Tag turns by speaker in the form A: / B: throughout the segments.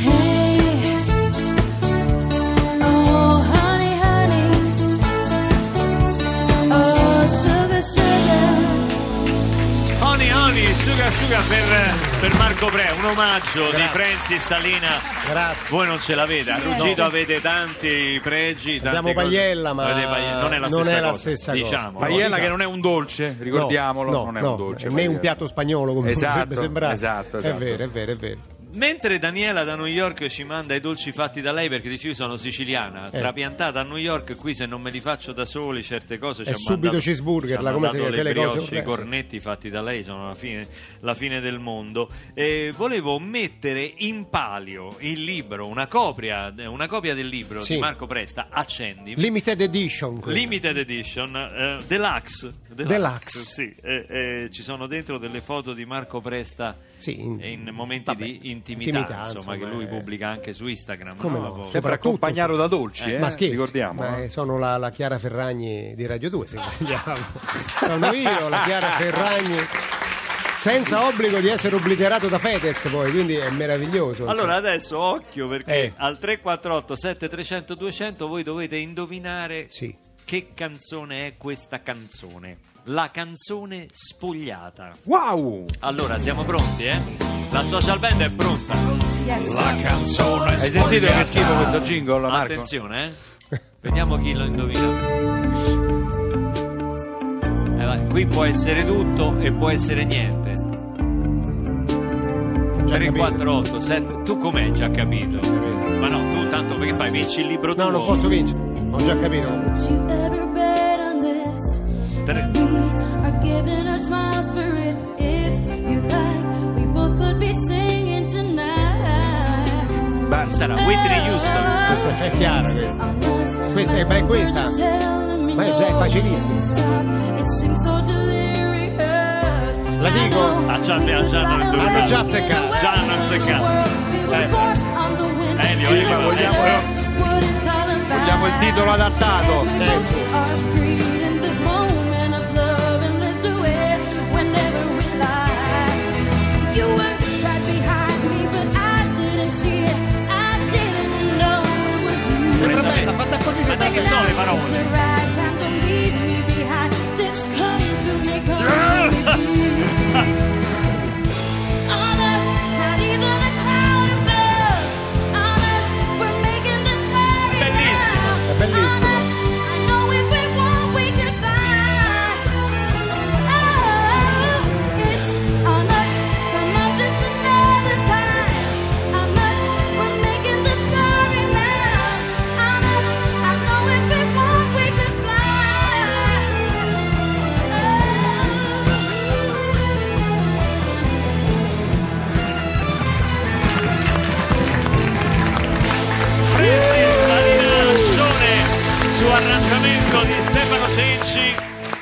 A: Oh, Oh,
B: Honey Honey, Sugar Sugar per, per Marco Pre, un omaggio di Francis Salina.
C: Grazie.
B: Voi non ce l'avete, a Ruggito avete tanti pregi. Tante
C: Abbiamo
B: cose.
C: Pagliella, ma
B: Avete Pagliella, non è la
C: non
B: stessa
C: è la
B: cosa.
C: stessa cosa.
B: diciamo.
D: Pagliella che non è un dolce, ricordiamolo,
C: No,
D: non è
C: no,
D: un dolce.
C: Né
D: Pagliella.
C: un piatto spagnolo come
D: Esatto,
C: potrebbe sembrare.
D: esatto,
C: È
D: esatto.
C: vero, è vero, è vero.
B: Mentre Daniela da New York ci manda i dolci fatti da lei, perché dice io sono siciliana,
C: Eh.
B: trapiantata a New York, qui se non me li faccio da soli certe cose ci
C: E
B: ha
C: subito
B: mandato-
C: cheeseburger,
B: ci ha
C: la- come
B: mandato
C: si-
B: le
C: quelle cose-
B: brioche,
C: eh,
B: i
C: sì.
B: cornetti fatti da lei sono la fine, la fine del mondo. E volevo mettere in palio il libro, una copia, una copia del libro
C: Sì.
B: di Marco Presta, Accendi.
C: Limited edition. quella.
B: Limited edition eh, Deluxe
C: Deluxe.
B: sì, eh, eh, ci sono dentro delle foto di Marco Presta
C: Sì, in-
B: in momenti
C: vabbè,
B: di intimità,
C: intimità,
B: insomma,
C: insomma,
B: che lui
C: eh.
B: pubblica anche su Instagram
C: Come
B: no? Boh.
C: no?
B: Poi-
D: Sempre
C: soprattutto,
D: accompagnato da dolci, eh,
C: Ma scherzi,
D: ricordiamo.
C: ma,
D: eh.
C: eh, sono la, la Chiara Ferragni di Radio 2, se vogliamo. sono io, la Chiara Ferragni, senza obbligo di essere obliterato da Fedez poi, quindi è meraviglioso. insomma.
B: allora adesso occhio perché
C: Eh.
B: al 348 7300 200 voi dovete indovinare
C: Sì.
B: che canzone è questa canzone la canzone spogliata
D: Wow!
B: allora siamo pronti eh? la social band è pronta la canzone
D: Hai sentito che schifo questo jingle, Marco?
B: Attenzione, eh. Vediamo chi lo indovina. Eh, vai, qui può essere tutto e può essere niente.
C: Già
B: 3,
C: capito.
B: 4, 8, 7. Tu com'è già capito? Ma no, tu tanto perché fai? Vinci il libro tuo.
C: No, non posso vincere, ho già capito.
A: She'll ever bet on this.
B: Tre.
A: We are giving our smiles for it. If you like, we both could be singing tonight.
B: Beh, sarà Whitney Houston.
C: Questa è chiara questa. Eh, Questa è- ma è questa? Ma è già- è La dico?
B: Ah, già, già, già, non indovinato.
C: Hanno già azzeccato.
B: Già hanno azzeccato. Elio,
A: Elio,
B: Elio,
A: ma vogliamo,
B: Elio.
A: vogliamo il titolo adattato.
C: Eh, sì. Sembra
B: Questa-
C: bella, fatta così
B: Ma
C: sembra
B: che
C: bella.
B: sono le parole? Bellissimo.
C: È bellissimo.
A: Oh, Oh.
B: Francis Arinascione su arrangiamento di Stefano Cenci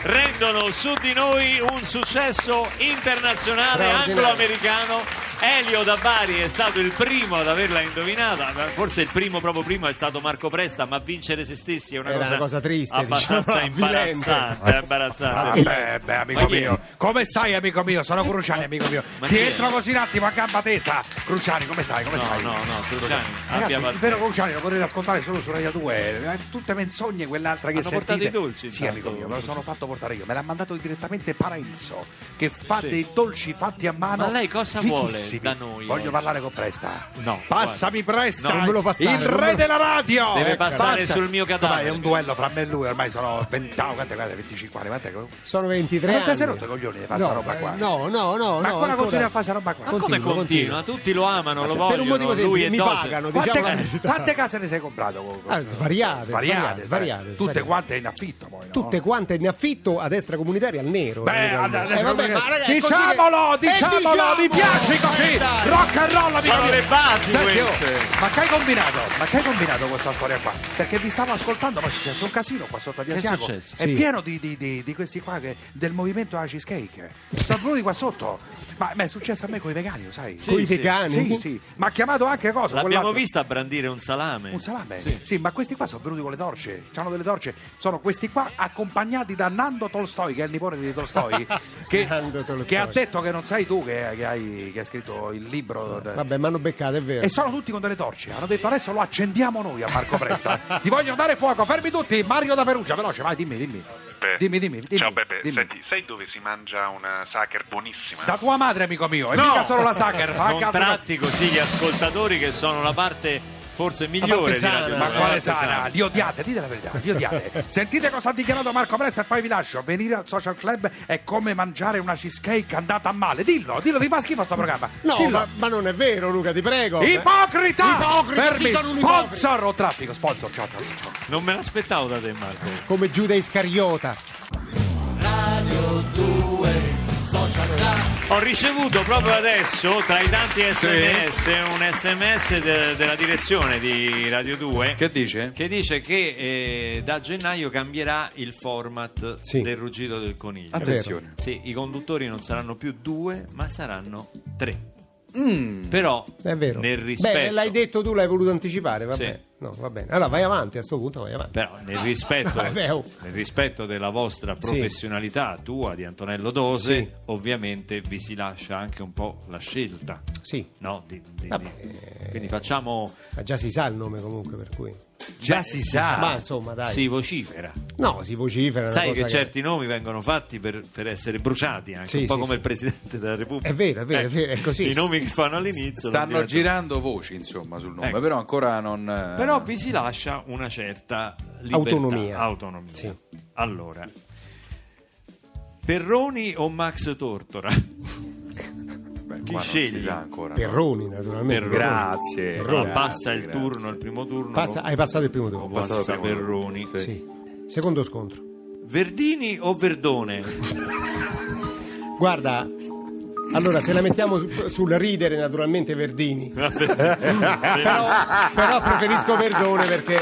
B: rendono su di noi un successo internazionale
C: Straordinario.
B: anglo-americano. Elio da Bari è stato il primo ad averla indovinata, forse il primo proprio primo è stato Marco Presta, ma vincere se stessi è una,
C: Era
B: cosa,
C: una cosa triste,
B: abbastanza
C: diciamo, eh. avvilente.
B: imbarazzante, è
C: Ah,
B: imbarazzante.
D: Eh, Beh, beh, amico
B: Ma chi è?
D: mio, come stai, amico mio? Sono Cruciani, amico mio.
B: Ma
D: Ti
B: chi è?
D: entro così un attimo a gamba tesa. Cruciani, come stai? Come
B: No,
D: stai?
B: no, no, Cruciani,
D: Ragazzi,
B: abbia
D: il
B: pazienza.
D: vero Cruciani lo potete ascoltare solo su Radio 2. eh, Tutte menzogne quell'altra che
B: Hanno
D: sentite.
B: portato i dolci,
D: Sì,
B: intanto.
D: amico mio, me lo sono fatto portare io. Me l'ha mandato direttamente Parenzo, che fa dei dolci fatti a mano.
B: Ma lei cosa vuole
D: fighissimi.
B: da noi
D: Voglio
B: oggi?
D: parlare con Presta.
B: No,
D: Passami Presta,
C: Non me lo passare,
D: il
C: non me
D: re
C: lo-
D: della radio.
B: Deve passare
D: Passa.
B: sul mio
D: Dai,
B: cadavere.
D: è un duello fra me e lui. Ormai sono 20 anni, quanti- guarda, 25 anni. Quanta che
C: Sono 23
D: Ma
C: anni.
D: non te sei rotto i coglioni di fare
C: no,
D: sta roba qua?
C: eh, No, no, no.
D: Ma
C: no,
D: ancora
C: ancora-
D: continua a fare sta roba qua?
B: Ma come
C: Continua,
B: continua?
C: continua.
B: Tutti lo amano, lo vogliono.
C: per un motivo
B: lui
C: semplice,
B: e
C: mi
B: Dose.
C: pagano,
D: Quante,
C: diciamo la verità.
D: quante case ne sei comprato? con- con-
C: Ah, svariate, svariate, svariate,
D: tutte
C: svariate.
D: quante in affitto poi. no?
C: Tutte quante in affitto ad extracomunitaria al nero.
D: Beh,
C: amico mio.
D: adesso
C: Eh, vabbè,
D: come-
C: ma ragazzi,
D: diciamolo,
C: così-
D: diciamolo,
C: Eh, diciamolo!
D: mi piace i Sì, rock and roll, amico
E: Sono
D: mio.
E: le basi
D: Senti, oh,
E: queste.
D: ma che hai combinato? Ma che hai combinato questa storia qua? Perché vi stavo ascoltando, ma c'è successo un casino qua sotto a Via
B: Che è
D: Siago.
B: successo?
D: È
C: Sì.
D: pieno di, di- di- di questi qua che- del movimento alla cheesecake. Sono venuti qua sotto. Ma, ma è successo a me con i vegani, lo sai?
B: Sì,
C: Coi
B: sì.
C: vegani.
D: Sì, sì. Ma ha chiamato anche cosa?
B: L'abbiamo
D: quell'altro?
B: vista brandire un salame.
D: Un salame?
B: Sì.
D: Sì. ma questi qua sono venuti con le torce. Hanno delle torce. Sono questi qua accompagnati da Nando Tolstoi, che è il nipote di Tolstoi. che,
C: Nando Tolstoi.
D: che ha detto che non sei tu che, che hai, che hai scritto il libro.
C: Vabbè, mi hanno beccato, è vero.
D: E sono tutti con delle torce. Hanno detto adesso lo accendiamo noi a Marco Presta. Ti voglio dare fuoco, fermi tutti. Mario da Perugia, veloce, vai, dimmi, dimmi.
F: Beppe.
D: Dimmi, dimmi, dimmi.
F: Ciao Beppe,
D: dimmi.
F: senti, sai dove si mangia una sacher buonissima?
D: Da tua madre, amico mio, e
E: No!
D: mica solo la Sacher, ma anche
B: Non
D: altre cose.
B: tratti così gli ascoltatori che sono la parte eh, forse migliore di
E: sana,
B: Radio
D: Ma
B: Due.
D: quale
B: La parte
D: sana? Li odiate, dite la verità, li odiate. Sentite cosa ha dichiarato Marco Presta e poi vi lascio. Venire al social club è come mangiare una cheesecake andata a male. Dillo, dillo, ti fa schifo sto programma.
C: No,
D: dillo.
C: ma, ma non è vero, Luca, ti prego.
D: Ipocrita!
C: Ipocrita,
D: Fermi,
C: sì, sono un ipocrita.
D: sponsor o traffico, sponsor, ciao, ciao, ciao.
B: Non me l'aspettavo da te, Marco.
C: Come Giuda Iscariota.
B: Ho ricevuto proprio adesso, tra i tanti sms, un sms de- della direzione di Radio 2 che,
D: dice?
B: dice che eh, da gennaio cambierà il format
C: Sì. Ah,
B: del ruggito del coniglio.
D: Attenzione.
B: Sì, i conduttori non saranno più due, ma saranno tre. Però,
C: Mm. È vero.
B: nel rispetto...
C: Beh, l'hai detto tu, l'hai voluto anticipare, va
B: Sì.
C: bene. No, va bene. Allora vai avanti, a sto punto vai avanti.
B: Però nel rispetto,
C: Vabbè, oh.
B: nel rispetto della vostra
C: Sì.
B: professionalità, tua di Antonello Dose,
C: Sì.
B: ovviamente vi si lascia anche un po' la scelta.
C: Sì.
B: No, di- di-
C: Vabbè,
B: di-
C: eh,
B: quindi facciamo.
C: Ma già si sa il nome comunque, per cui.
B: Già si sa,
C: Ma insomma, dai.
B: si vocifera.
C: No, si vocifera. è una
B: Sai
C: cosa
B: che certi nomi vengono fatti per, per essere bruciati, anche
C: Sì,
B: un po'
C: sì,
B: come
C: sì.
B: il presidente della Repubblica.
C: È vero, è vero, è
B: Eh,
C: vero, è così.
B: I nomi che fanno all'inizio non
G: Stanno
B: diventano-
G: girando voci, insomma, sul nome,
B: Ecco.
G: però ancora non. eh,
B: Però vi si lascia una certa libertà,
C: Autonomia.
B: autonomia.
C: Sì.
B: Allora, Perroni o Max Tortora?
G: beh,
B: chi
G: qua non
B: scegli?
G: si sa ancora.
C: Perroni, naturalmente.
B: Perroni.
G: Grazie.
B: Allora,
G: grazie,
B: Ah, passa il
G: grazie.
B: turno, il primo turno.
C: Pazza- hai passato il primo
B: Ho
C: turno.
B: passato
G: Passa il primo
B: Perroni.
G: turno,
C: eh. Sì. Secondo scontro.
B: Verdini o Verdone?
C: Guarda, allora se la mettiamo su- sul ridere naturalmente Verdini. però, però preferisco Verdone perché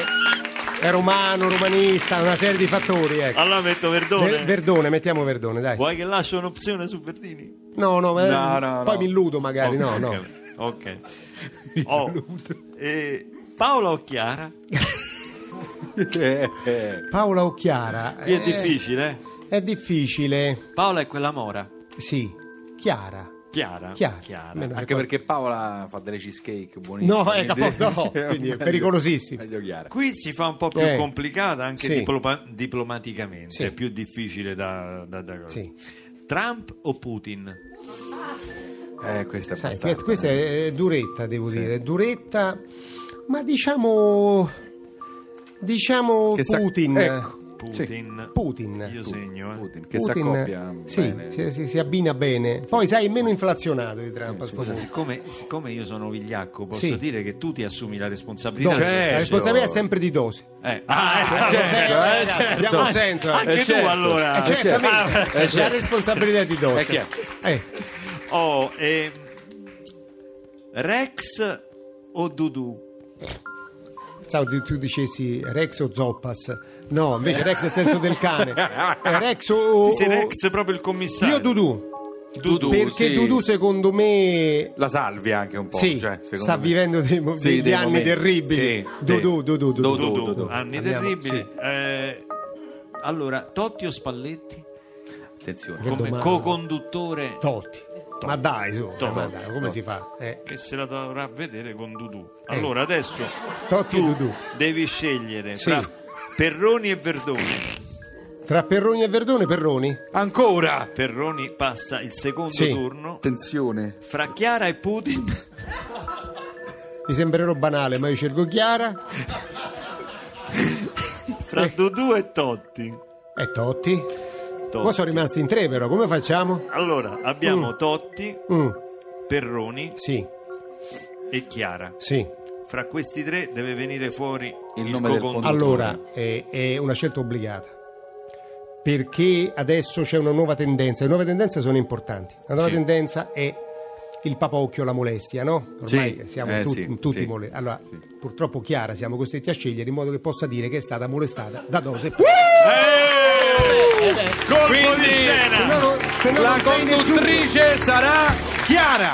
C: è romano, romanista, una serie di fattori. Ecco.
B: allora metto Verdone.
C: Ver- Verdone, mettiamo Verdone, dai.
B: Vuoi che lascio un'opzione su Verdini?
C: No, no, eh,
G: No, no,
C: poi
G: no.
C: mi illudo magari, no,
B: Ok,
C: no.
B: Ok. Oh, eh, Paola o Chiara?
G: Eh, eh.
C: Paola Occhiara.
B: Qui è difficile, eh?
C: È difficile,
B: Paola è quella mora.
C: sì. Chiara.
B: Chiara.
C: Chiara.
B: Ah, Chiara.
C: Meno che
G: Anche
C: poi-
G: perché Paola fa delle cheesecake buonissime.
C: No, ecco,
G: quindi-
C: no, quindi è pericolosissimo.
G: Meglio chiara.
B: Qui si fa un po' più
C: Eh.
B: complicata anche
C: Sì.
B: diplopa- diplomaticamente,
C: Sì.
B: è più difficile da... da, da-
C: Sì.
B: Trump o Putin?
G: Eh, questa è
C: Sai,
G: abbastanza.
C: questa è, è duretta, devo dire, è duretta, ma diciamo... Diciamo
G: Che sa-
C: Putin.
G: ecco.
B: Putin.
C: Putin.
B: Io segno, eh.
G: Putin, che
C: Putin, eh,
G: s'accoppia
D: eh,
C: sì,
G: bene.
C: si, si- si abbina bene. Poi sai, è meno inflazionato di Trump.
G: Eh,
C: a sto
B: Scusa,
C: punto.
B: siccome, siccome io sono vigliacco, posso
C: Sì.
B: dire che tu ti assumi la responsabilità.
C: Dose,
B: del suo
C: la
G: certo.
C: responsabilità è sempre di dose.
B: Eh, ah, eh,
G: certo,
B: vabbè,
G: eh,
B: dai,
G: certo.
B: diamo un
C: senso, eh.
B: Anche
G: Eh,
B: tu
G: certo.
B: allora. Ah,
C: Eh, certamente,
G: eh,
C: la
G: certo.
C: responsabilità è di dose.
G: Eh, chi è?
C: Eh,
B: Oh, ehm, Rex o Dudu?
C: pensavo che tu dicessi Rex o Zoppas. No, invece Rex nel senso del cane. Eh, Rex o...
B: Sì, sì,
C: o-
B: Rex proprio il commissario.
C: Io Dudu.
G: Dudu,
C: perché
G: sì.
C: Dudu secondo me
G: la salvia anche un po'.
C: Sì,
G: cioè, secondo
C: sta
G: me.
C: vivendo dei mo-
G: Sì,
C: degli
G: dei
C: anni
G: momenti.
C: terribili.
G: Sì,
C: Dudu,
G: sì.
C: Dudu, Dudu.
G: Dudu,
B: Dudu,
G: Dudu.
B: anni
C: Abbiamo-
B: terribili.
C: sì.
B: Ah, Eh, allora, Totti o Spalletti?
G: Attenzione.
C: Che
B: Come
C: domanda.
B: co-conduttore
C: Totti. Ma dai, su, eh,
B: Totti.
C: ma dai, come si fa? Eh,
B: che se la dovrà vedere con Dudu. Allora, adesso
C: Totti e
B: tu
C: Dudu.
B: devi scegliere
C: Sì.
B: tra Perroni e Verdone.
C: Tra Perroni e Verdone, Perroni.
G: Ancora!
B: Perroni passa il secondo
C: Sì.
B: turno.
G: Attenzione.
B: Fra Chiara e Putin,
C: Mi sembrerò banale, ma io cerco Chiara.
B: fra
C: Eh.
B: Dudu e Totti.
C: E Totti. Qua
B: Totti.
C: sono rimasti in tre, però, come facciamo?
B: Allora, abbiamo Totti,
C: Mm,
B: Perroni
C: sì,
B: e Chiara.
C: sì.
B: Fra questi tre deve venire fuori il,
G: Il nome del
B: co-conduttore.
C: Allora, è, è una scelta obbligata. Perché adesso c'è una nuova tendenza. Le nuove tendenze sono importanti. La nuova
B: Sì.
C: tendenza è il papocchio, la molestia, no? Ormai
G: Sì,
C: siamo
G: eh,
C: tutti,
G: sì,
C: tutti
G: sì,
C: mole- Allora,
G: sì.
C: purtroppo Chiara siamo costretti a scegliere in modo che possa dire che è stata molestata da Dose.
E: Eh, Colpo
G: Eh, Quindi-
E: di
C: Se
E: scena!
C: no, non- se no
G: La
C: non sei nessuno.
G: conduttrice sarà Chiara.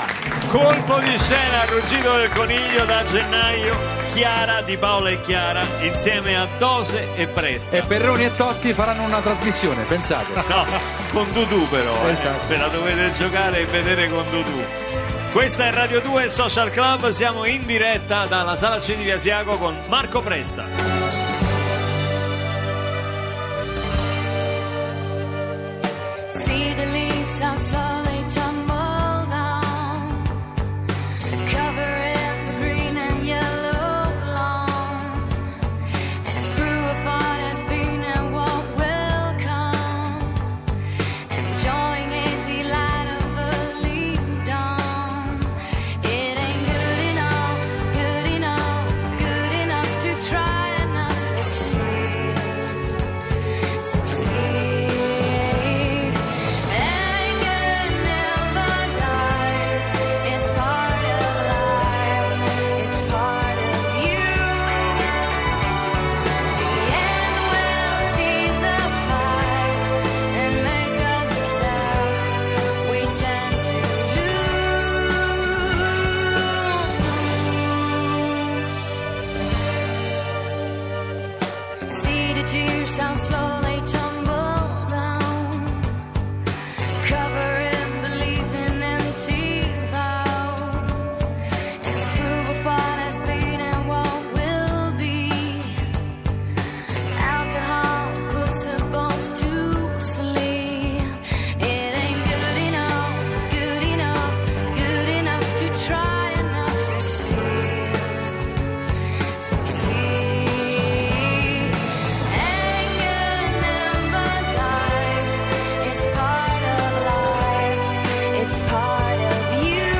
E: Colpo di scena, ruggito del coniglio da gennaio, Chiara di Paola e Chiara, insieme a Dose e Presta.
G: E Perroni e Totti faranno una trasmissione,
C: Ah,
G: pensate.
E: No, con Dudu però, eh.
C: Esatto.
E: ve la dovete giocare e vedere con Dudu. Questa è Radio 2 Social Club, siamo in diretta dalla Sala Cini di Asiago con Marco Presta.
A: See the leaves how slowly tumble down, covering the green and yellow lawn. It's true of what has been and what will come. Enjoying hazy light of a lead dawn. It ain't good enough, good enough, good enough to try and not succeed. Succeed. Anger never dies. It's part of life. It's part of you. The end will seize the fight and make us accept we tend to lose. See the tears how slowly tumble down, covering, believing empty vows. It's proof of what has been and what will be. Alcohol puts us both to sleep. It ain't good enough, good enough, good enough to try and not succeed. Succeed. Anger never dies. It's part of life. It's part of you.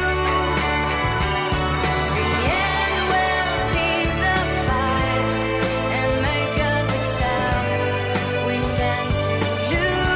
A: The end will seize the fight and make us accept we tend to lose.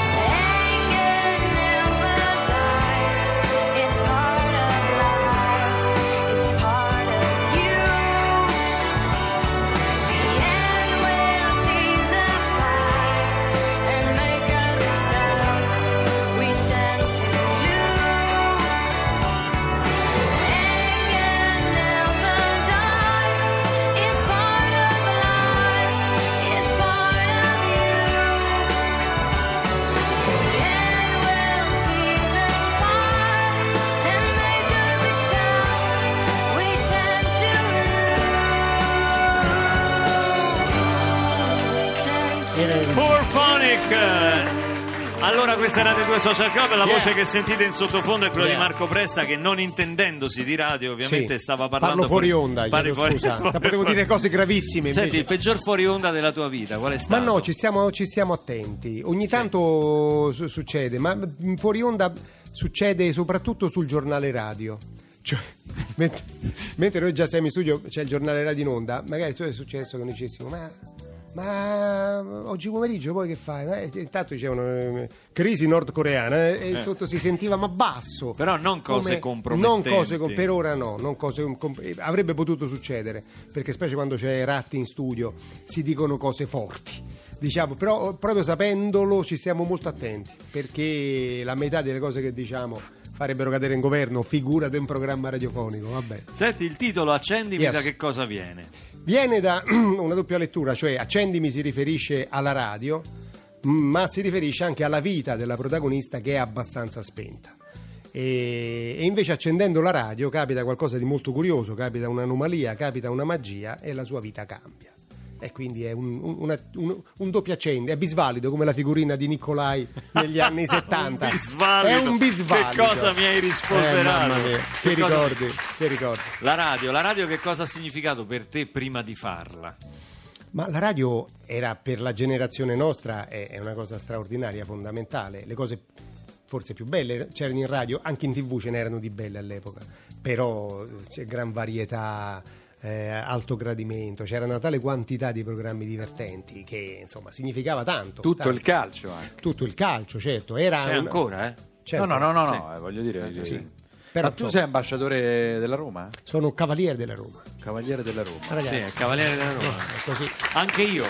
A: Anger never dies. It's part of life. It's part of you. The end will seize the fight and make us accept we tend to lose. Anger never dies. It's part of life. It's part of you. And we'll seize the fire and make us accept we tend to lose. Tend to
E: Poor Phonic! Allora questa è Radio 2 Social Club, la voce che sentite in sottofondo è quella di
C: Yeah.
E: Marco Presta che non intendendosi di radio ovviamente
C: Sì.
E: stava parlando...
C: Parlo fuori onda,
E: Parli
C: chiedo
E: fuori-
C: scusa.
E: fuori-
C: Potevo dire cose gravissime invece.
B: Senti, il peggior fuori onda della tua vita, qual è
C: Ma
B: stato?
C: no, ci stiamo, ci stiamo attenti. Ogni tanto su- succede, ma mm, fuori onda succede soprattutto sul giornale radio. Cioè, ment- mentre noi già siamo in studio, c'è il giornale radio in onda, magari cioè, è successo che noi dicessimo, ma, ma oggi pomeriggio poi che fai? Ma, eh, intanto dicevano eh, crisi nordcoreana eh, e sotto si sentiva ma basso.
B: Però non cose
C: Non
B: compromettenti.
C: cose com- per ora no, non cose com- com- eh, avrebbe potuto succedere, perché specie quando c'è Ratti in studio si dicono cose forti. Diciamo, però eh, proprio sapendolo ci stiamo molto attenti, perché la metà delle cose che diciamo farebbero cadere in governo, figura di un programma radiofonico, vabbè.
B: Senti, il titolo Accendimi
C: Yes.
B: da che cosa viene?
C: Viene da una doppia lettura, cioè Accendimi si riferisce alla radio, m- ma si riferisce anche alla vita della protagonista che è abbastanza spenta. E, e invece accendendo la radio capita qualcosa di molto curioso, capita un'anomalia, capita una magia e la sua vita cambia. E quindi è un, un- una- un- un doppio accendi, è bisvalido come la figurina di Nicolai negli anni 70.
E: bisvalido.
C: È un bisvalido.
B: Che cosa mi hai rispolverato?
C: Eh, mamma mia,
B: Che
C: Che,
B: cosa-
C: ricordi, che ricordi.
B: La radio, la radio che cosa ha significato per te prima di farla?
C: Ma la radio era per la generazione nostra è, è una cosa straordinaria, fondamentale. Le cose forse più belle c'erano in radio, anche in tv ce n'erano di belle all'epoca, però eh, c'è gran varietà. eh, alto gradimento, c'era una tale quantità di programmi divertenti che insomma significava tanto.
D: Tutto il
C: tanto.
D: calcio anche.
C: Tutto il calcio, certo. Era
B: C'è
C: un-
B: ancora, eh?
C: certo.
D: No, no, no, no, no, eh, voglio dire.
C: Sì.
D: eh,
C: Però,
D: Ma tu
C: insomma,
D: sei ambasciatore della Roma?
C: Sono cavaliere della Roma.
D: Cavaliere della Roma.
B: Sì,
C: Ah, Ragazzi,
B: il Cavaliere della Roma.
C: è così.
B: Anche io,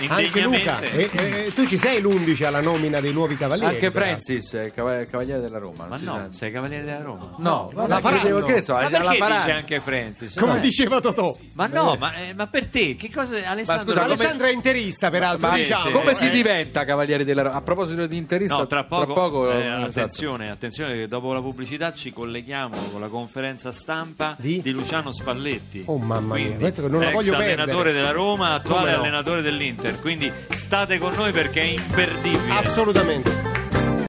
C: Anche Luca, eh.
B: indegnamente.
C: e- e- e tu ci sei l'11 alla nomina dei nuovi cavalieri.
D: Anche
C: peraltro.
D: Francis è cava- cavaliere della Roma. non
B: Ma
D: si
B: no,
D: sente.
B: sei Cavaliere della Roma.
D: No,
C: La
D: vabbè,
C: faranno.
D: credevo che ne so,
B: Ma
D: la
B: perché
D: faranno.
B: dice anche Francis?
C: Come
B: No.
C: diceva Totò.
B: Ma no, ma, eh, ma per te, che cosa... Alessandro...
D: scusa,
B: come-
C: Alessandro è interista, peraltro.
B: Ma- sì,
C: diciamo.
B: sì.
D: Come
B: Eh,
D: si
B: eh.
D: diventa cavaliere della Roma? A proposito di interista,
B: No, tra poco, eh,
D: esatto.
B: attenzione, attenzione che dopo la pubblicità ci colleghiamo con la conferenza stampa
C: Di?
B: di, Luciano Spalletti.
C: Oh, mamma mia,
B: Quindi,
C: questo che non la
B: ex
C: voglio
B: allenatore
C: perdere.
B: della Roma, attuale
C: Come no?
B: allenatore dell'Inter, quindi state con noi perché è imperdibile.
C: Assolutamente.